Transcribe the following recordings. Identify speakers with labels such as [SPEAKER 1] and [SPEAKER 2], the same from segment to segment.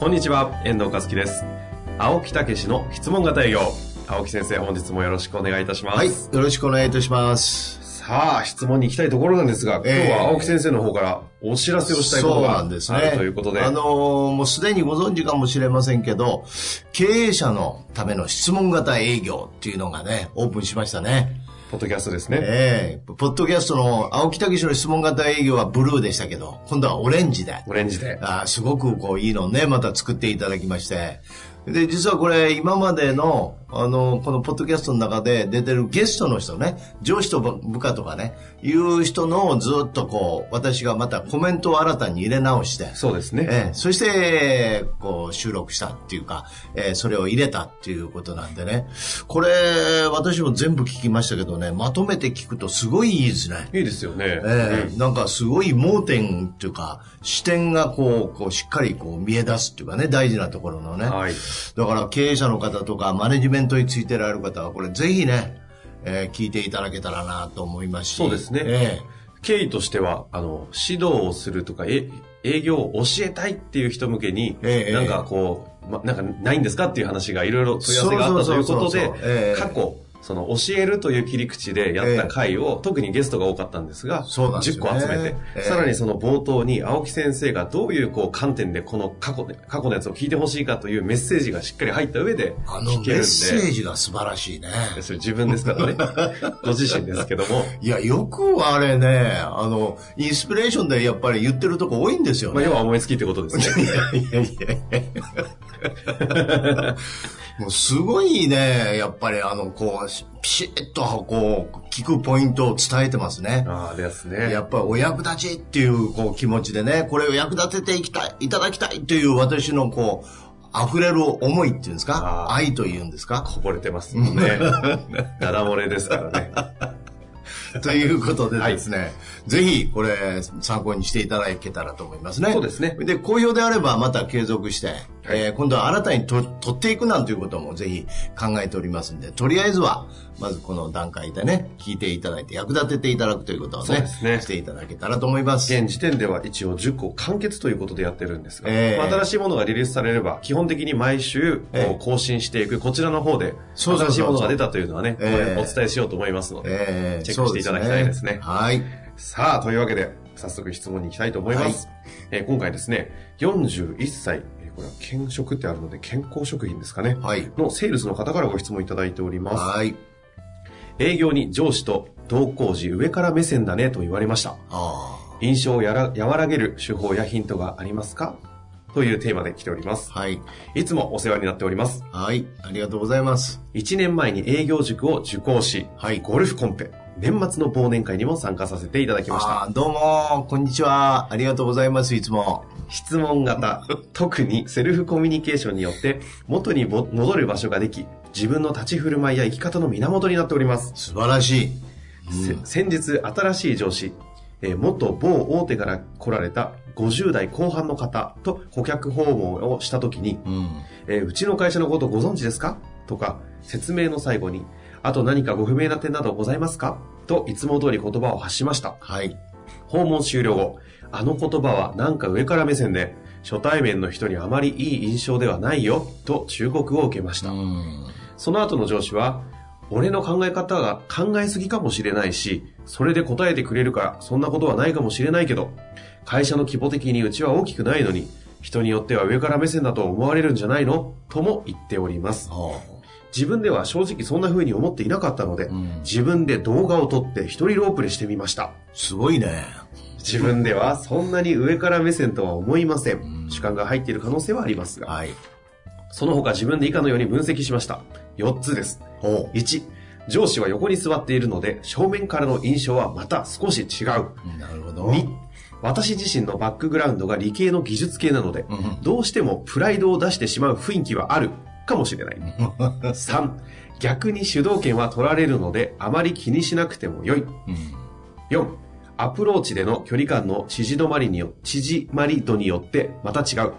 [SPEAKER 1] こんにちは、遠藤和樹です。青木武しの質問型営業。青木先生、本日もよろしくお願いいたします。
[SPEAKER 2] はい、よろしくお願いいたします。
[SPEAKER 1] さあ、質問に行きたいところなんですが、
[SPEAKER 2] ええ
[SPEAKER 1] 今日は青木先生の方からお知らせをしたいこと
[SPEAKER 2] そう
[SPEAKER 1] が
[SPEAKER 2] な
[SPEAKER 1] あ
[SPEAKER 2] んで
[SPEAKER 1] る
[SPEAKER 2] すね。
[SPEAKER 1] ということで、
[SPEAKER 2] あのーもうすでにご存知かもしれませんけど、経営者のための質問型営業っていうのがね、オープンしましたね。
[SPEAKER 1] ポッドキャストですね。
[SPEAKER 2] ええポッドキャストの青木武の質問型営業はブルーでしたけど、今度はオレンジで。
[SPEAKER 1] オレンジで。
[SPEAKER 2] あーすごくこういいのをね、また作っていただきまして。で、実はこれ、今までの、あの、このポッドキャストの中で出てるゲストの人ね、上司と部部下とかね、いう人のずっとこう、私がまたコメントを新たに入れ直して、
[SPEAKER 1] そうですね。
[SPEAKER 2] ええ、そして、こう、収録したっていうか、ええそれを入れたっていうことなんでね。これ、私も全部聞きましたけどね、まとめて聞くとすごいいいですね。
[SPEAKER 1] いいですよね。
[SPEAKER 2] ええなんかすごい盲点っていうか、視点がこう、こうしっかりこう見え出すっていうかね、大事なところのね。
[SPEAKER 1] はい
[SPEAKER 2] だから経営者の方とか、マネジメントについてられる方は、これぜひね、ええ聞いていただけたらなと思いますし。
[SPEAKER 1] そうですね
[SPEAKER 2] え
[SPEAKER 1] 経緯としては、あの、指導をするとか、え営業を教えたいっていう人向けに、
[SPEAKER 2] ええ
[SPEAKER 1] なんかこう、ま、なんかないんですかっていう話がいろいろ問い合わせがあったと
[SPEAKER 2] そ
[SPEAKER 1] いうう
[SPEAKER 2] そ
[SPEAKER 1] こ
[SPEAKER 2] うそ
[SPEAKER 1] と
[SPEAKER 2] うそ
[SPEAKER 1] で
[SPEAKER 2] うえ、え
[SPEAKER 1] 過去、その教えるという切り口でやった回を、特にゲストが多かったんですが、
[SPEAKER 2] そうなんです
[SPEAKER 1] 10
[SPEAKER 2] よ
[SPEAKER 1] 個
[SPEAKER 2] ね
[SPEAKER 1] 集めて、
[SPEAKER 2] ええ
[SPEAKER 1] さらにその冒頭に青木先生がどういうこう観点でこの過去で、過去のやつを聞いてほしいかというメッセージがしっかり入った上で
[SPEAKER 2] えあの
[SPEAKER 1] 聞け
[SPEAKER 2] メ
[SPEAKER 1] るんで、
[SPEAKER 2] ッセージが素晴らしいね。
[SPEAKER 1] それ自分ですからね、ご自身ですけ ども、
[SPEAKER 2] いや、よくあれね、あの、インスピレーションでやっぱり言ってるとこ多いんですよ
[SPEAKER 1] まあ
[SPEAKER 2] ね。
[SPEAKER 1] 要は思いつきってことですね。
[SPEAKER 2] いやいやいやいやもうすごいね、やっぱりあの、こう、ピシッとこう、聞くポイントを伝えてますね。
[SPEAKER 1] ああ、ですね。
[SPEAKER 2] やっぱりお役立ちっていうこう気持ちでね、これを役立てていきたい、いただきたいという私のこう、溢れる思いっていうんです
[SPEAKER 1] あ
[SPEAKER 2] か
[SPEAKER 1] ー
[SPEAKER 2] 愛というんですか
[SPEAKER 1] こぼれてますもん ね。ダダ漏れですからね。
[SPEAKER 2] ということでですね、ぜひこれ参考にしていただけたらと思いますね。
[SPEAKER 1] そうですね
[SPEAKER 2] で、好評であればまた継続して、えー今度は新たにと取っていくなんていうこともぜひ考えておりますんで、とりあえずは、まずこの段階でね、聞いていただいて役立てていただくということを
[SPEAKER 1] そう
[SPEAKER 2] ね、
[SPEAKER 1] ですね
[SPEAKER 2] していただけたらと思います。
[SPEAKER 1] 現時点では一応10個完結ということでやってるんですが、
[SPEAKER 2] ええ
[SPEAKER 1] まあ新しいものがリリースされれば、基本的に毎週
[SPEAKER 2] ええ
[SPEAKER 1] こう更新していく、こちらの方で、
[SPEAKER 2] そうそうそ
[SPEAKER 1] 新
[SPEAKER 2] うそう
[SPEAKER 1] しいものが出たというのはね、こ
[SPEAKER 2] ええ
[SPEAKER 1] れお伝えしようと思いますので、
[SPEAKER 2] え
[SPEAKER 1] チ
[SPEAKER 2] ー
[SPEAKER 1] ェックしていただきたいですね
[SPEAKER 2] そうはい。
[SPEAKER 1] さあ、というわけで、早速質問に行きたいと思います。えー今回ですね、41歳、えーこれは健食ってあるので、健康食品ですかね、
[SPEAKER 2] はい。
[SPEAKER 1] のセールスの方からご質問いただいております。
[SPEAKER 2] はい。
[SPEAKER 1] 営業に上司と同行時上から目線だねと言われました。
[SPEAKER 2] あ
[SPEAKER 1] 印象をやら和らげる手法やヒントがありますかというテーマで来ております
[SPEAKER 2] あ。。はい。
[SPEAKER 1] いつもお世話になっております。
[SPEAKER 2] はい。ありがとうございます。
[SPEAKER 1] 1年前に営業塾を受講し、
[SPEAKER 2] はい
[SPEAKER 1] ゴルフコンペ、年末の忘年会にも参加させていただきました。
[SPEAKER 2] あーどうも、こんにちは。ありがとうございます、いつも。
[SPEAKER 1] 質問型、特にセルフコミュニケーションによって元にぼ戻る場所ができ、自分の立ち振る舞いや生き方の源になっております。
[SPEAKER 2] 素晴らしい。
[SPEAKER 1] せ先日新しい上司、えー元某大手から来られた50代後半の方と顧客訪問をした時に、
[SPEAKER 2] うん。
[SPEAKER 1] えーうちの会社のことご存知ですかとか説明の最後にあと何かご不明な点などございますかといつも通り言葉を発しました
[SPEAKER 2] はい。
[SPEAKER 1] 訪問終了後あの言葉はなんか上から目線で初対面の人にあまりいい印象ではないよと忠告を受けました
[SPEAKER 2] うん。
[SPEAKER 1] その後の上司は、俺の考え方が考えすぎかもしれないし、それで答えてくれるから、そんなことはないかもしれないけど、会社の規模的にうちは大きくないのに、人によっては上から目線だと思われるんじゃないのとも言っております。
[SPEAKER 2] おう
[SPEAKER 1] 自分では正直そんな風に思っていなかったので、
[SPEAKER 2] うん
[SPEAKER 1] 自分で動画を撮って一人ロープレしてみました。
[SPEAKER 2] すごいね。
[SPEAKER 1] 自分ではそんなに上から目線とは思いません。主観が入っている可能性はありますが、
[SPEAKER 2] はい。
[SPEAKER 1] その他自分で以下のように分析しました。4つです。
[SPEAKER 2] おう
[SPEAKER 1] 1上司は横に座っているので正面からの印象はまた少し違う
[SPEAKER 2] なるほど。
[SPEAKER 1] 2私自身のバックグラウンドが理系の技術系なので、どうしてもプライドを出してしまう雰囲気はあるかもし れない。3、逆に主導権は取られるので、あまり気にしなくても良い。4、アプローチでの距離感の縮まりによ縮まり度によってまた違う。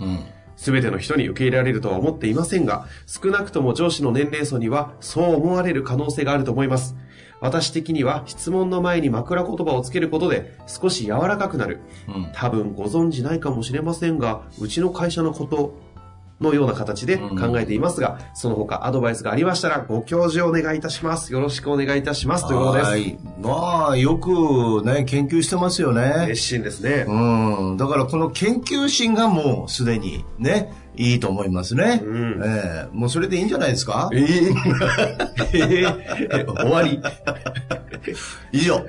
[SPEAKER 2] うん。
[SPEAKER 1] 全ての人に受け入れられるとは思っていませんが、少なくとも上司の年齢層にはそう思われる可能性があると思います。私的には質問の前に枕言葉をつけることで少し柔らかくなる。
[SPEAKER 2] うん。
[SPEAKER 1] 多分ご存知ないかもしれませんが、うちの会社のことのような形で考えていますが、その他アドバイスがありましたらご教授お願いいたします。よろしくお願いいたします。ということ
[SPEAKER 2] は
[SPEAKER 1] です。
[SPEAKER 2] い。まあ、よくね、研究してますよね。
[SPEAKER 1] 熱心ですね。
[SPEAKER 2] うん。だからこの研究心がもうすでにね、いいと思いますね。
[SPEAKER 1] うん
[SPEAKER 2] ええもうそれでいいんじゃないですか
[SPEAKER 1] え ー 終わり。
[SPEAKER 2] 以 上。
[SPEAKER 1] もう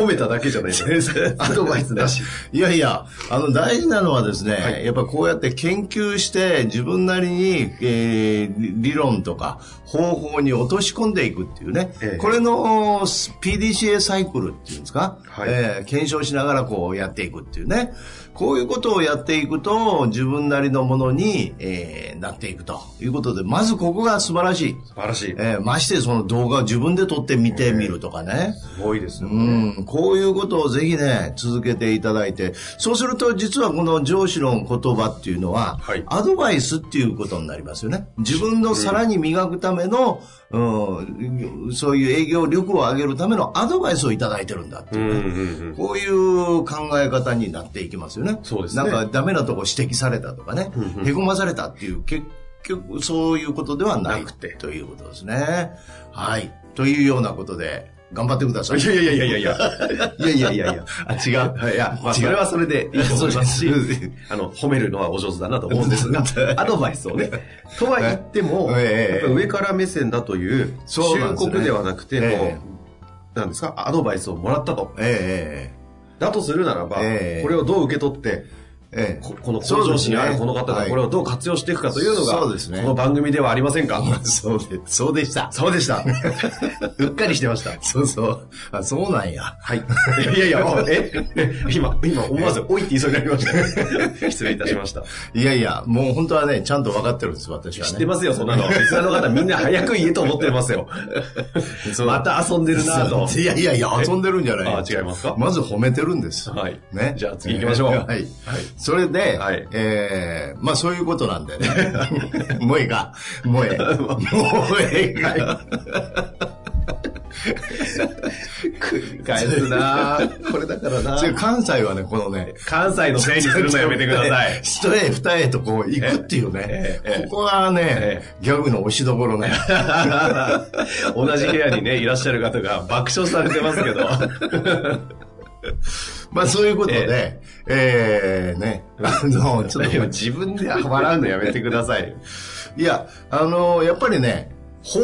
[SPEAKER 1] 褒めただけじゃない ですか。アドバイスなし。
[SPEAKER 2] いやいや、あの、大事なのはですね、
[SPEAKER 1] はい
[SPEAKER 2] やっぱこうやって研究して、自分なりに、えー理理論とか方法に落とし込んでいくっていうね、
[SPEAKER 1] ええ
[SPEAKER 2] これの PDCA サイクルっていうんですか、
[SPEAKER 1] はい
[SPEAKER 2] えー検証しながらこうやっていくっていうね、こういうことをやっていくと、自分なりのものに、えーなっていくということで、まずここが素晴らしい。
[SPEAKER 1] 素晴らしい。
[SPEAKER 2] えーましてその動画を自分で撮って見てみるとかね。
[SPEAKER 1] すごいですよ
[SPEAKER 2] う
[SPEAKER 1] ね。
[SPEAKER 2] ん、こういうことをぜひね、続けていただいて、そうすると実はこの上司の言葉っていうのは、
[SPEAKER 1] はい
[SPEAKER 2] アドバイスっていうことになりますよね。自分のさらに磨くための、うん、そういう営業力を上げるためのアドバイスをいただいてるんだって
[SPEAKER 1] う
[SPEAKER 2] い
[SPEAKER 1] ん
[SPEAKER 2] う
[SPEAKER 1] う
[SPEAKER 2] ね、
[SPEAKER 1] んうん。
[SPEAKER 2] こういう考え方になっていきますよね。
[SPEAKER 1] そうですね
[SPEAKER 2] なんかダメなとこ指摘されたとかね、へこまされたっていう、結局そういうことではな
[SPEAKER 1] な
[SPEAKER 2] く
[SPEAKER 1] く
[SPEAKER 2] て
[SPEAKER 1] て
[SPEAKER 2] ということですね。はい。というようなことで、頑張ってください。
[SPEAKER 1] いやいやいやいやいや。いやいやいやいや。
[SPEAKER 2] あ、違う。
[SPEAKER 1] いや、 まあ、
[SPEAKER 2] 違う
[SPEAKER 1] それはそれでいいと思いますし
[SPEAKER 2] そうです、、
[SPEAKER 1] あの、褒めるのはお上手だなと思うんです がアドバイスをね。とは言っても、
[SPEAKER 2] ええええ
[SPEAKER 1] やっぱ上から目線だという、
[SPEAKER 2] そうな
[SPEAKER 1] 忠
[SPEAKER 2] んですね
[SPEAKER 1] 告ではなくて、
[SPEAKER 2] え
[SPEAKER 1] もう、なんですか、アドバイスをもらったと。
[SPEAKER 2] え
[SPEAKER 1] だとするならば、こ
[SPEAKER 2] ええ
[SPEAKER 1] れをどう受け取って、
[SPEAKER 2] えええ
[SPEAKER 1] ここの向上心にあるこの方がこれを
[SPEAKER 2] を。
[SPEAKER 1] どう活用していくかというのが、
[SPEAKER 2] そうですね
[SPEAKER 1] この番組ではありませんか。
[SPEAKER 2] そうで、そうでした。
[SPEAKER 1] そうでした。 うっかりしてました。
[SPEAKER 2] そうそう。あ、そうなんや。
[SPEAKER 1] はい。 いやいや、あえ今、今思わず、おいって言いそうになりま した。失礼いたしました。
[SPEAKER 2] いやいや、もう本当はね、ちゃんと分かってるんです、私はね。
[SPEAKER 1] 知ってますよ、そんな の。リスナーの方みんな早く言えと思ってますよ。また遊んでるなぁと。
[SPEAKER 2] いやいやいや、遊んでるんじゃない
[SPEAKER 1] あ違いますか
[SPEAKER 2] まず褒めてるんです。
[SPEAKER 1] はい
[SPEAKER 2] ね。
[SPEAKER 1] じゃあ次行きましょう
[SPEAKER 2] はい。
[SPEAKER 1] はい
[SPEAKER 2] それで、
[SPEAKER 1] はい
[SPEAKER 2] えー、まあそういうことなんで ね。もうええか。もうええ。もうええか。
[SPEAKER 1] 繰り返すなぁ これだからな
[SPEAKER 2] それ関西はね、この ね、
[SPEAKER 1] 関西のせいにするのやめてくださ い。
[SPEAKER 2] 一重二重とこう行くっていうね
[SPEAKER 1] えええ。え
[SPEAKER 2] ここがね
[SPEAKER 1] え、
[SPEAKER 2] ギャグの押しどこ ろね。
[SPEAKER 1] 同じ部屋にね、いらっしゃる方が爆笑されてますけど。
[SPEAKER 2] まあそういうことで、えー、ね、あ の、ちょっと、
[SPEAKER 1] 自分で笑うのやめてください。
[SPEAKER 2] いや、あの、やっぱりね、方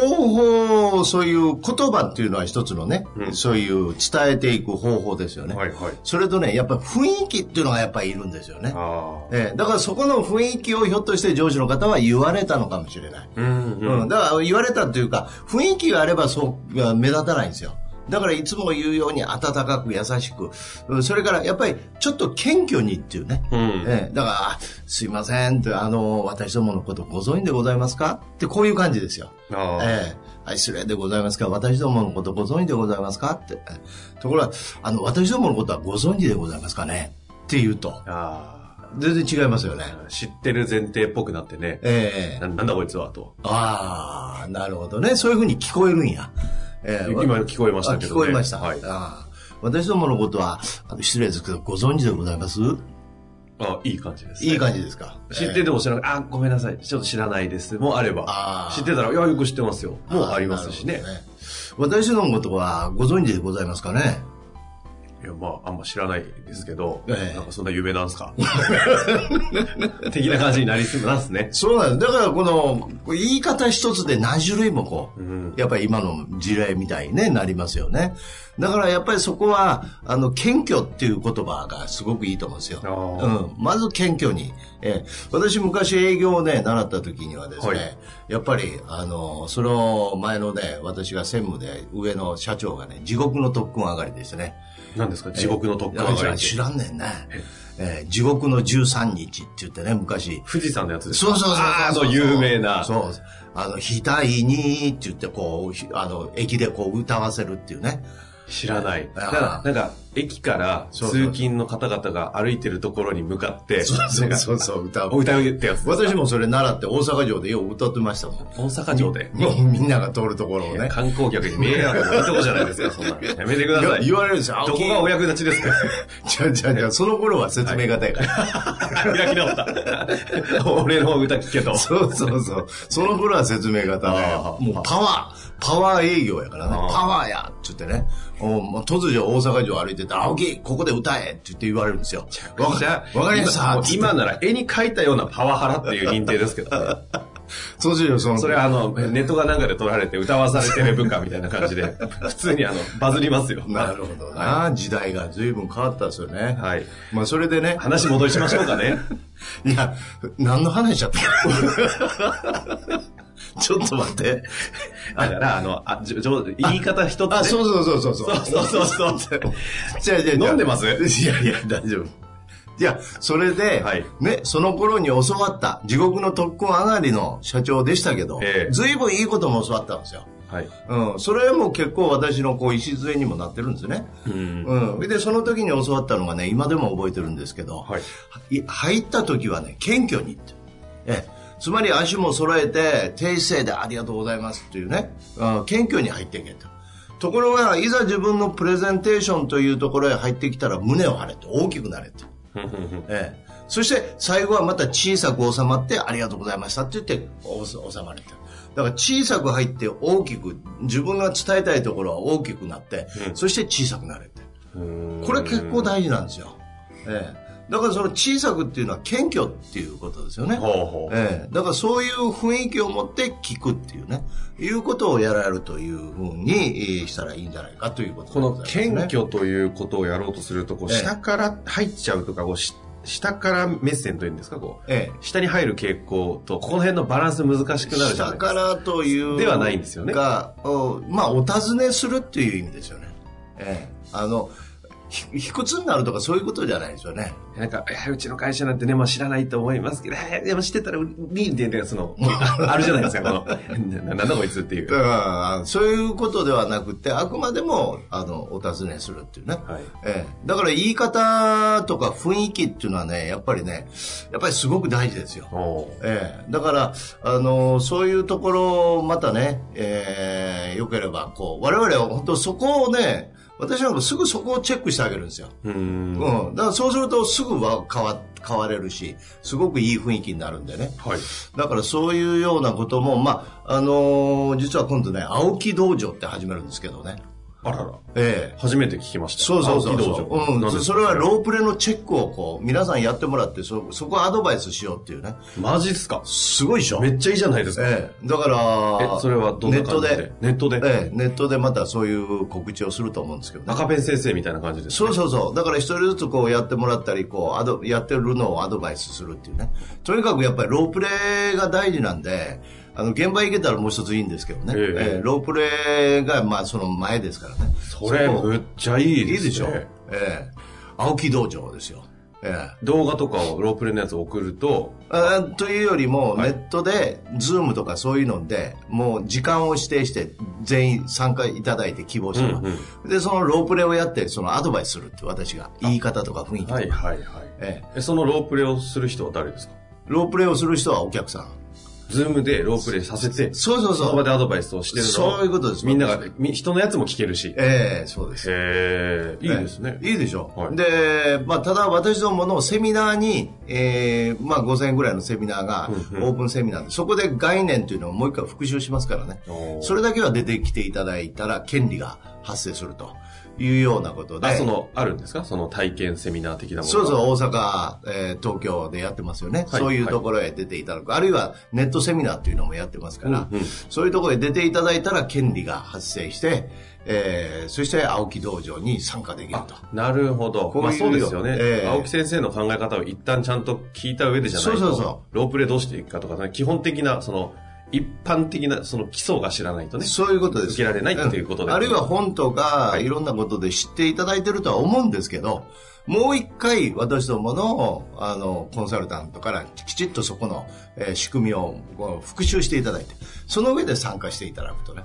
[SPEAKER 2] 法、そういう言葉っていうのは一つのね、
[SPEAKER 1] うん
[SPEAKER 2] そういう伝えていく方法ですよね。
[SPEAKER 1] はいはい。
[SPEAKER 2] それとね、やっぱ雰囲気っていうのがやっぱりいるんですよね。
[SPEAKER 1] あ
[SPEAKER 2] ええだからそこの雰囲気をひょっとして上司の方は言われたのかもしれない。
[SPEAKER 1] あ。うんうん。
[SPEAKER 2] うん、だから言われたというか、雰囲気があればそうが目立たないんですよ。だからいつも言うように温かく優しく、うんそれからやっぱりちょっと謙虚にっていうね。
[SPEAKER 1] うん
[SPEAKER 2] ええだからあ、すいませんって、あの、私どものことご存知でございますかってこういう感じですよ。
[SPEAKER 1] ああ。
[SPEAKER 2] ええはい、失礼でございますか私どものことご存知でございますかって。ええところが、あの、私どものことはご存知でございますかねって言うと、
[SPEAKER 1] あ
[SPEAKER 2] 全然違いますよね。
[SPEAKER 1] あ。知ってる前提っぽくなってね。
[SPEAKER 2] ええ
[SPEAKER 1] ななんだこいつはと。
[SPEAKER 2] ああ、なるほどね。そういうふうに聞こえるんや。ええ
[SPEAKER 1] 今聞こえましたけどね。
[SPEAKER 2] あ聞こえました。
[SPEAKER 1] はい。
[SPEAKER 2] ああ私どものことは、あの失礼ですけど、ご存知でございます
[SPEAKER 1] あいい感じですね。
[SPEAKER 2] いい感じですか。
[SPEAKER 1] 知ってても知らない。あ、ごめんなさい。ちょっと知らないです。もあれ
[SPEAKER 2] あ
[SPEAKER 1] ば。
[SPEAKER 2] ー
[SPEAKER 1] 知ってたら、いや、よく知ってますよ。
[SPEAKER 2] ええ
[SPEAKER 1] もうありますしね。
[SPEAKER 2] ああなるほどね私どものことは、ご存知でございますかね
[SPEAKER 1] いや、まあ、あんま知らないですけど、
[SPEAKER 2] ええ
[SPEAKER 1] なんかそんな有名なんすか 的な感じになりすぎますね。
[SPEAKER 2] そうなんです。だから、この、言い方一つで何種類もこう、
[SPEAKER 1] うん。
[SPEAKER 2] やっぱり今の事例みたいにねなりますよね。だからやっぱりそこは、あの、謙虚っていう言葉がすごくいいと思うんですよ。
[SPEAKER 1] あ
[SPEAKER 2] うん。まず謙虚に。えー私昔営業をね、習った時にはですね、
[SPEAKER 1] はい
[SPEAKER 2] やっぱり、あの、その前のね、私が専務で上の社長がね、地獄の特訓上がりでしたね。
[SPEAKER 1] 何ですか地獄の特
[SPEAKER 2] いや
[SPEAKER 1] 訓上がりって
[SPEAKER 2] 知らんねんね。えー地獄の13日って言ってね、昔。
[SPEAKER 1] 富士山のやつですか
[SPEAKER 2] そうそうそうそう。
[SPEAKER 1] あーそう有名な
[SPEAKER 2] そう。あの、額にって言って、こうひ、あの、駅でこう歌わせるっていうね。
[SPEAKER 1] 知らない。だ
[SPEAKER 2] あー
[SPEAKER 1] から、なんか、駅から
[SPEAKER 2] そうそう
[SPEAKER 1] 通勤の方々が歩いてるところに向かって、なんか
[SPEAKER 2] うそう、 歌
[SPEAKER 1] お歌うってやつ。
[SPEAKER 2] 私もそれ習って大阪城でよう歌ってましたもん。
[SPEAKER 1] 大阪城で。
[SPEAKER 2] もうみんなが通るところをね。
[SPEAKER 1] 観光客に迷惑なとこじゃないですか、そんなの。やめてください。
[SPEAKER 2] 言
[SPEAKER 1] ど
[SPEAKER 2] われるんですよ。青
[SPEAKER 1] こ
[SPEAKER 2] 木
[SPEAKER 1] がお役立ちですか
[SPEAKER 2] じゃあじゃあじゃあその頃は説明がたいから。
[SPEAKER 1] 開き直った。俺の歌聞けと。
[SPEAKER 2] そうそうそう。その頃は説明
[SPEAKER 1] あ
[SPEAKER 2] 型
[SPEAKER 1] あ
[SPEAKER 2] ね。もうパワー、パワー営業やからね。
[SPEAKER 1] ああ
[SPEAKER 2] パワーやって言ってね。もうもう突如大阪城歩いてたら、青木、ここで歌えって言って言われるんですよ。わ
[SPEAKER 1] じゃ
[SPEAKER 2] か
[SPEAKER 1] あ
[SPEAKER 2] わかりました
[SPEAKER 1] もう。今なら絵に描いたようなパワハラっていう認定ですけど ね、
[SPEAKER 2] 突如その、
[SPEAKER 1] それはあの、ネットがなんかで撮られて歌わされてる文化みたいな感じ で、普通にあの、バズりますよ。
[SPEAKER 2] なるほどな。時代が随分変わったですよね。
[SPEAKER 1] はい。
[SPEAKER 2] まあそれでね。
[SPEAKER 1] 話戻しましょうか ね。
[SPEAKER 2] いや、何の話しちゃった ちょっと待って。
[SPEAKER 1] だから、あの、あじょじょ言い方一つ
[SPEAKER 2] あ、
[SPEAKER 1] ね。
[SPEAKER 2] そうそうそうそうそう。
[SPEAKER 1] そうそうそうそう。
[SPEAKER 2] じゃあじゃあじゃあ
[SPEAKER 1] 飲んでます
[SPEAKER 2] いやいや、大丈夫。じゃあ、それで、
[SPEAKER 1] はい
[SPEAKER 2] ね、その頃に教わった、地獄の特訓上がりの社長でしたけど、
[SPEAKER 1] ええ
[SPEAKER 2] ずいぶんいいことも教わったんですよ。
[SPEAKER 1] はい。
[SPEAKER 2] うん、それも結構私のこう礎にもなってるんですね。
[SPEAKER 1] うん。
[SPEAKER 2] うん。で、その時に教わったのがね、今でも覚えてるんですけど、
[SPEAKER 1] はい。
[SPEAKER 2] い入った時はね、謙虚にって。ええつまり足も揃えて、低姿勢でありがとうございますっていうね、あ謙虚に入っていけと。ところが、いざ自分のプレゼンテーションというところへ入ってきたら胸を張れと、大きくなれと。ええそして、最後はまた小さく収まって、ありがとうございましたって言って、お収まれた。だから小さく入って大きく、自分が伝えたいところは大きくなって、そして小さくなれて。これ結構大事なんですよ。ええ、だからその小さくっていうのは謙虚っていうことですよね。
[SPEAKER 1] ほうほう。
[SPEAKER 2] ええ、だからそういう雰囲気を持って聞くっていうね、いうことをやられるというふうにええしたらいいんじゃないかということ
[SPEAKER 1] こ
[SPEAKER 2] で
[SPEAKER 1] の
[SPEAKER 2] ございますね
[SPEAKER 1] 謙虚ということをやろうとすると、こう
[SPEAKER 2] ええ
[SPEAKER 1] 下から入っちゃうとか、こうし下から目線というんですか、こう。
[SPEAKER 2] ええ
[SPEAKER 1] 下に入る傾向と、この辺のバランス難しくなるじゃ
[SPEAKER 2] 下
[SPEAKER 1] ないです
[SPEAKER 2] か
[SPEAKER 1] か。
[SPEAKER 2] らという
[SPEAKER 1] ではないんですよね
[SPEAKER 2] がおまあお尋ねするっていう意味ですよね。ええ、あのひ卑屈になるとかそういうことじゃないですよね。
[SPEAKER 1] なんか、えーうちの会社なんてね、まあ知らないと思いますけど、えーでも知ってたら、ビーンってね、その、 ああるじゃないですか、この、ななんだこいつっていう。
[SPEAKER 2] だからそういうことではなくてあくまでもあのお尋ねするっていうね、
[SPEAKER 1] はい
[SPEAKER 2] ええ、だから言い方とか雰囲気っていうのはねやっぱりねやっぱりすごく大事ですよ、
[SPEAKER 1] おう
[SPEAKER 2] ええ、だからあのそういうところをまたね、ええ、よければこう我々は本当そこをね私なんかすぐそこをチェックしてあげるんですよ、
[SPEAKER 1] うーん。は
[SPEAKER 2] うん、だからそうするとすぐは変わ変われるしすごくいい雰囲気になるんでね
[SPEAKER 1] い。
[SPEAKER 2] だからそういうようなことも、まあ、あのー実は今度ね、青木道場って始めるんですけどね。
[SPEAKER 1] あらら。
[SPEAKER 2] ええ
[SPEAKER 1] 初めて聞きました。
[SPEAKER 2] そうそうそう
[SPEAKER 1] 青木道場
[SPEAKER 2] そう。
[SPEAKER 1] なん
[SPEAKER 2] う
[SPEAKER 1] で
[SPEAKER 2] ん。
[SPEAKER 1] す
[SPEAKER 2] それはロープレのチェックをこう、皆さんやってもらって、そ、そこはアドバイスしようっていうね。
[SPEAKER 1] マジっすか
[SPEAKER 2] すごいでしょ
[SPEAKER 1] めっちゃいいじゃないですか。
[SPEAKER 2] ええだから、
[SPEAKER 1] え、それはどん
[SPEAKER 2] ネ
[SPEAKER 1] な
[SPEAKER 2] ット
[SPEAKER 1] 感じ
[SPEAKER 2] で
[SPEAKER 1] で、ネットで。
[SPEAKER 2] ええネットでまたそういう告知をすると思うんですけどね。
[SPEAKER 1] 中ペン先生みたいな感じです。
[SPEAKER 2] そうそうそう。だから一人ずつこうやってもらったり、こう、アド、やってるのをアドバイスするっていうね。とにかくやっぱりロープレイが大事なんで、あの、現場行けたらもう一ついいんですけどね。
[SPEAKER 1] え
[SPEAKER 2] え
[SPEAKER 1] え
[SPEAKER 2] えロープレイが、まあ、その前ですからね。
[SPEAKER 1] それ、
[SPEAKER 2] こ
[SPEAKER 1] むっちゃいい
[SPEAKER 2] いい
[SPEAKER 1] です、ね。
[SPEAKER 2] でしょ。ええ青木道場ですよ。ええ
[SPEAKER 1] 動画とかをロープレのやつ送ると、
[SPEAKER 2] あというよりも、ネットで、ズームとかそういうので、もう時間を指定して、全員参加いただいて希望者が、
[SPEAKER 1] うん
[SPEAKER 2] で、そのロープレイをやって、そのアドバイスするって、私が。言い方とか雰囲気とか。
[SPEAKER 1] はいはいはい。
[SPEAKER 2] ええ
[SPEAKER 1] え、そのロープレをする人は誰ですか
[SPEAKER 2] ロープレイをする人はお客さん。
[SPEAKER 1] ズームでロープレさせて、
[SPEAKER 2] そうそう
[SPEAKER 1] その場でアドバイスをしてるの
[SPEAKER 2] そういうことです
[SPEAKER 1] みんなが、み人のやつも聞けるし。へ
[SPEAKER 2] ええそうです。
[SPEAKER 1] えいいですね。
[SPEAKER 2] いいでしょ、
[SPEAKER 1] はい
[SPEAKER 2] で、まあ、ただ私どものセミナーに、ええまあ、5000円ぐらいのセミナーが、オープンセミナーで、そこで概念というのをもう一回復習しますからね
[SPEAKER 1] おー。
[SPEAKER 2] それだけは出てきていただいたら、権利が発生するというようなことで。
[SPEAKER 1] あ、その、あるんですかその体験セミナー的なもの
[SPEAKER 2] そう
[SPEAKER 1] う。
[SPEAKER 2] そう、大阪、えー東京でやってますよね、
[SPEAKER 1] はい
[SPEAKER 2] そういうところへ出ていただく。あるいはネットセミナーっていうのもやってますから、
[SPEAKER 1] うんうん
[SPEAKER 2] そういうところへ出ていただいたら権利が発生して、えーそして青木道場に参加できると。
[SPEAKER 1] なるほど。
[SPEAKER 2] こういう
[SPEAKER 1] まあそうですよね、
[SPEAKER 2] ええ
[SPEAKER 1] 青木先生の考え方を一旦ちゃんと聞いた上でじゃないと、
[SPEAKER 2] そうそうそ
[SPEAKER 1] ロープレどうしていくかとかね、基本的な、その、一般的なその基礎が知らないとね、
[SPEAKER 2] そういうことです。
[SPEAKER 1] 受けられないっていうことで
[SPEAKER 2] んあるいは本とか、いろんなことで知っていただいてるとは思うんですけど、もう一回私どもの、あの、コンサルタントからきちっとそこの、えー仕組みをこう復習していただいて、その上で参加していただくとね。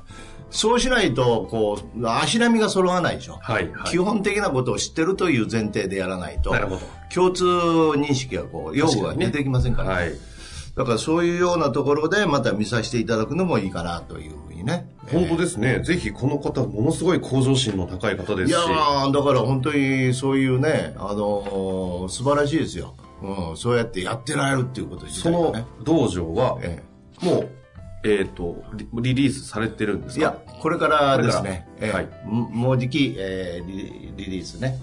[SPEAKER 2] そうしないと、こう、足並みが揃わないでしょ。
[SPEAKER 1] はいはい
[SPEAKER 2] 基本的なことを知ってるという前提でやらないと、
[SPEAKER 1] なるほど
[SPEAKER 2] 共通認識がこう、用語が出てきませんから、
[SPEAKER 1] はい。
[SPEAKER 2] だからそういうようなところでまた見させていただくのもいいかなというふうにね。
[SPEAKER 1] 本当ですね、ぜひこの方、ものすごい向上心の高い方ですし、
[SPEAKER 2] いやーだから本当にそういうね、あのー素晴らしいですよ。うん、そうやってやってられるっていうこと自
[SPEAKER 1] そ
[SPEAKER 2] 体
[SPEAKER 1] の
[SPEAKER 2] がね。
[SPEAKER 1] 道場は、
[SPEAKER 2] え
[SPEAKER 1] もう、えっ、とリ、リリースされてるんです
[SPEAKER 2] え、
[SPEAKER 1] か
[SPEAKER 2] いや、これからですね、
[SPEAKER 1] これ
[SPEAKER 2] ええ
[SPEAKER 1] から
[SPEAKER 2] ももうじき、ええリリリリースね。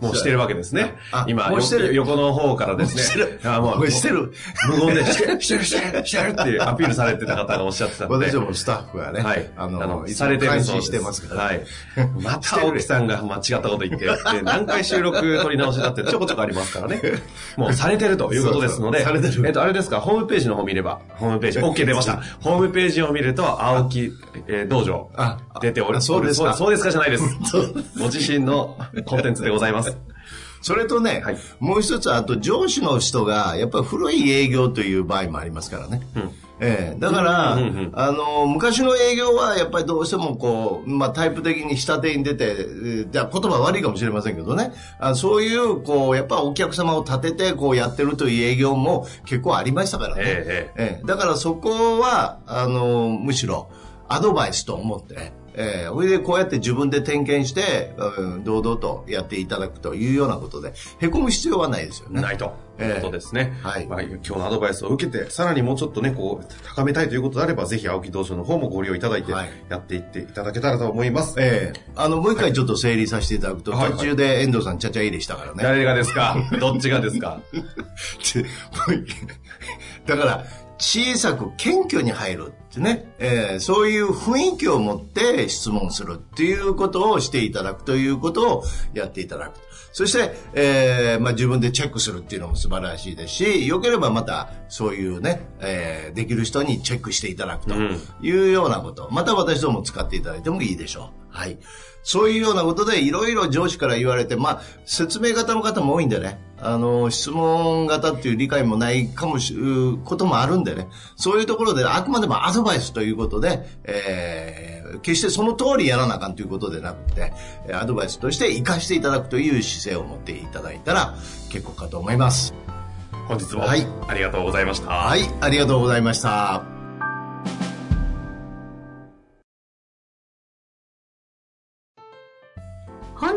[SPEAKER 1] もうしてるわけですね
[SPEAKER 2] あ。
[SPEAKER 1] 今、
[SPEAKER 2] もうしてる
[SPEAKER 1] よ横の方からですね。
[SPEAKER 2] してる
[SPEAKER 1] あもう
[SPEAKER 2] もうしてる。
[SPEAKER 1] 無言で、してる、してる、してる、してるっていうアピールされてた方がおっしゃって たんで。
[SPEAKER 2] 私どもスタッフがね、
[SPEAKER 1] はい。
[SPEAKER 2] あのいつも
[SPEAKER 1] されてる
[SPEAKER 2] 監
[SPEAKER 1] そうで
[SPEAKER 2] 視してますから、
[SPEAKER 1] はい。また奥さんが間違ったこと言ってやっ て、何回収録取り直しだってちょこちょこありますからね。もうされてるということですので。
[SPEAKER 2] そうそうされてる
[SPEAKER 1] えっと、あれですか、ホームページの方見れば、ホームページ、OK 出ました。ホームページを見ると、青木、えー道場
[SPEAKER 2] あ、
[SPEAKER 1] 出ており
[SPEAKER 2] あそうですか
[SPEAKER 1] そうですかじゃないです。 ご自身のコンテンツでございます。
[SPEAKER 2] それとね、
[SPEAKER 1] はい
[SPEAKER 2] もう一つ、あと上司の人が、やっぱり古い営業という場合もありますからね。ええだから、
[SPEAKER 1] うんうんうん
[SPEAKER 2] あの、昔の営業は、やっぱりどうしてもこう、まあ、タイプ的に下手に出て、えーじゃあ言葉悪いかもしれませんけどね、あそういう、こう、やっぱお客様を立てて、こうやってるという営業も結構ありましたからね。
[SPEAKER 1] ええ
[SPEAKER 2] ええだからそこは、あの、むしろ、アドバイスと思って、ええそれでこうやって自分で点検して、うん、堂々とやっていただくというようなことで、へこむ必要はないですよね。
[SPEAKER 1] ないと。
[SPEAKER 2] ええ
[SPEAKER 1] いうことですね。
[SPEAKER 2] はい
[SPEAKER 1] まあ、今日のアドバイスを受けて、さらにもうちょっとね、こう、高めたいということであれば、ぜひ青木道場の方もご利用いただいて、
[SPEAKER 2] はい
[SPEAKER 1] やっていっていただけたらと思います。
[SPEAKER 2] ええあの、もう一回ちょっと整理させていただくと、
[SPEAKER 1] はいはい
[SPEAKER 2] 途中で遠藤さんちゃちゃ入れしたからね。
[SPEAKER 1] 誰がです かどっちがですか
[SPEAKER 2] ってもうだから、小さく謙虚に入るってね、えーそういう雰囲気を持って質問するっていうことをしていただくということをやっていただく。そして、えーまあ、自分でチェックするっていうのも素晴らしいですし、良ければまたそういうね、えーできる人にチェックしていただくというようなこと、また私ども使っていただいてもいいでしょう。はい。そういうようなことでいろいろ上司から言われて、まあ、説明型の方も多いんでね、あの、質問型っていう理解もないかもし、うこともあるんでね、そういうところであくまでもアドバイスということで、えー決してその通りやらなあかんということでなくて、えーアドバイスとして活かしていただくという姿勢を持っていただいたら結構かと思います。
[SPEAKER 1] 本日も、
[SPEAKER 2] はい
[SPEAKER 1] ありがとうございました。
[SPEAKER 2] はい、ありがとうございました。
[SPEAKER 3] 本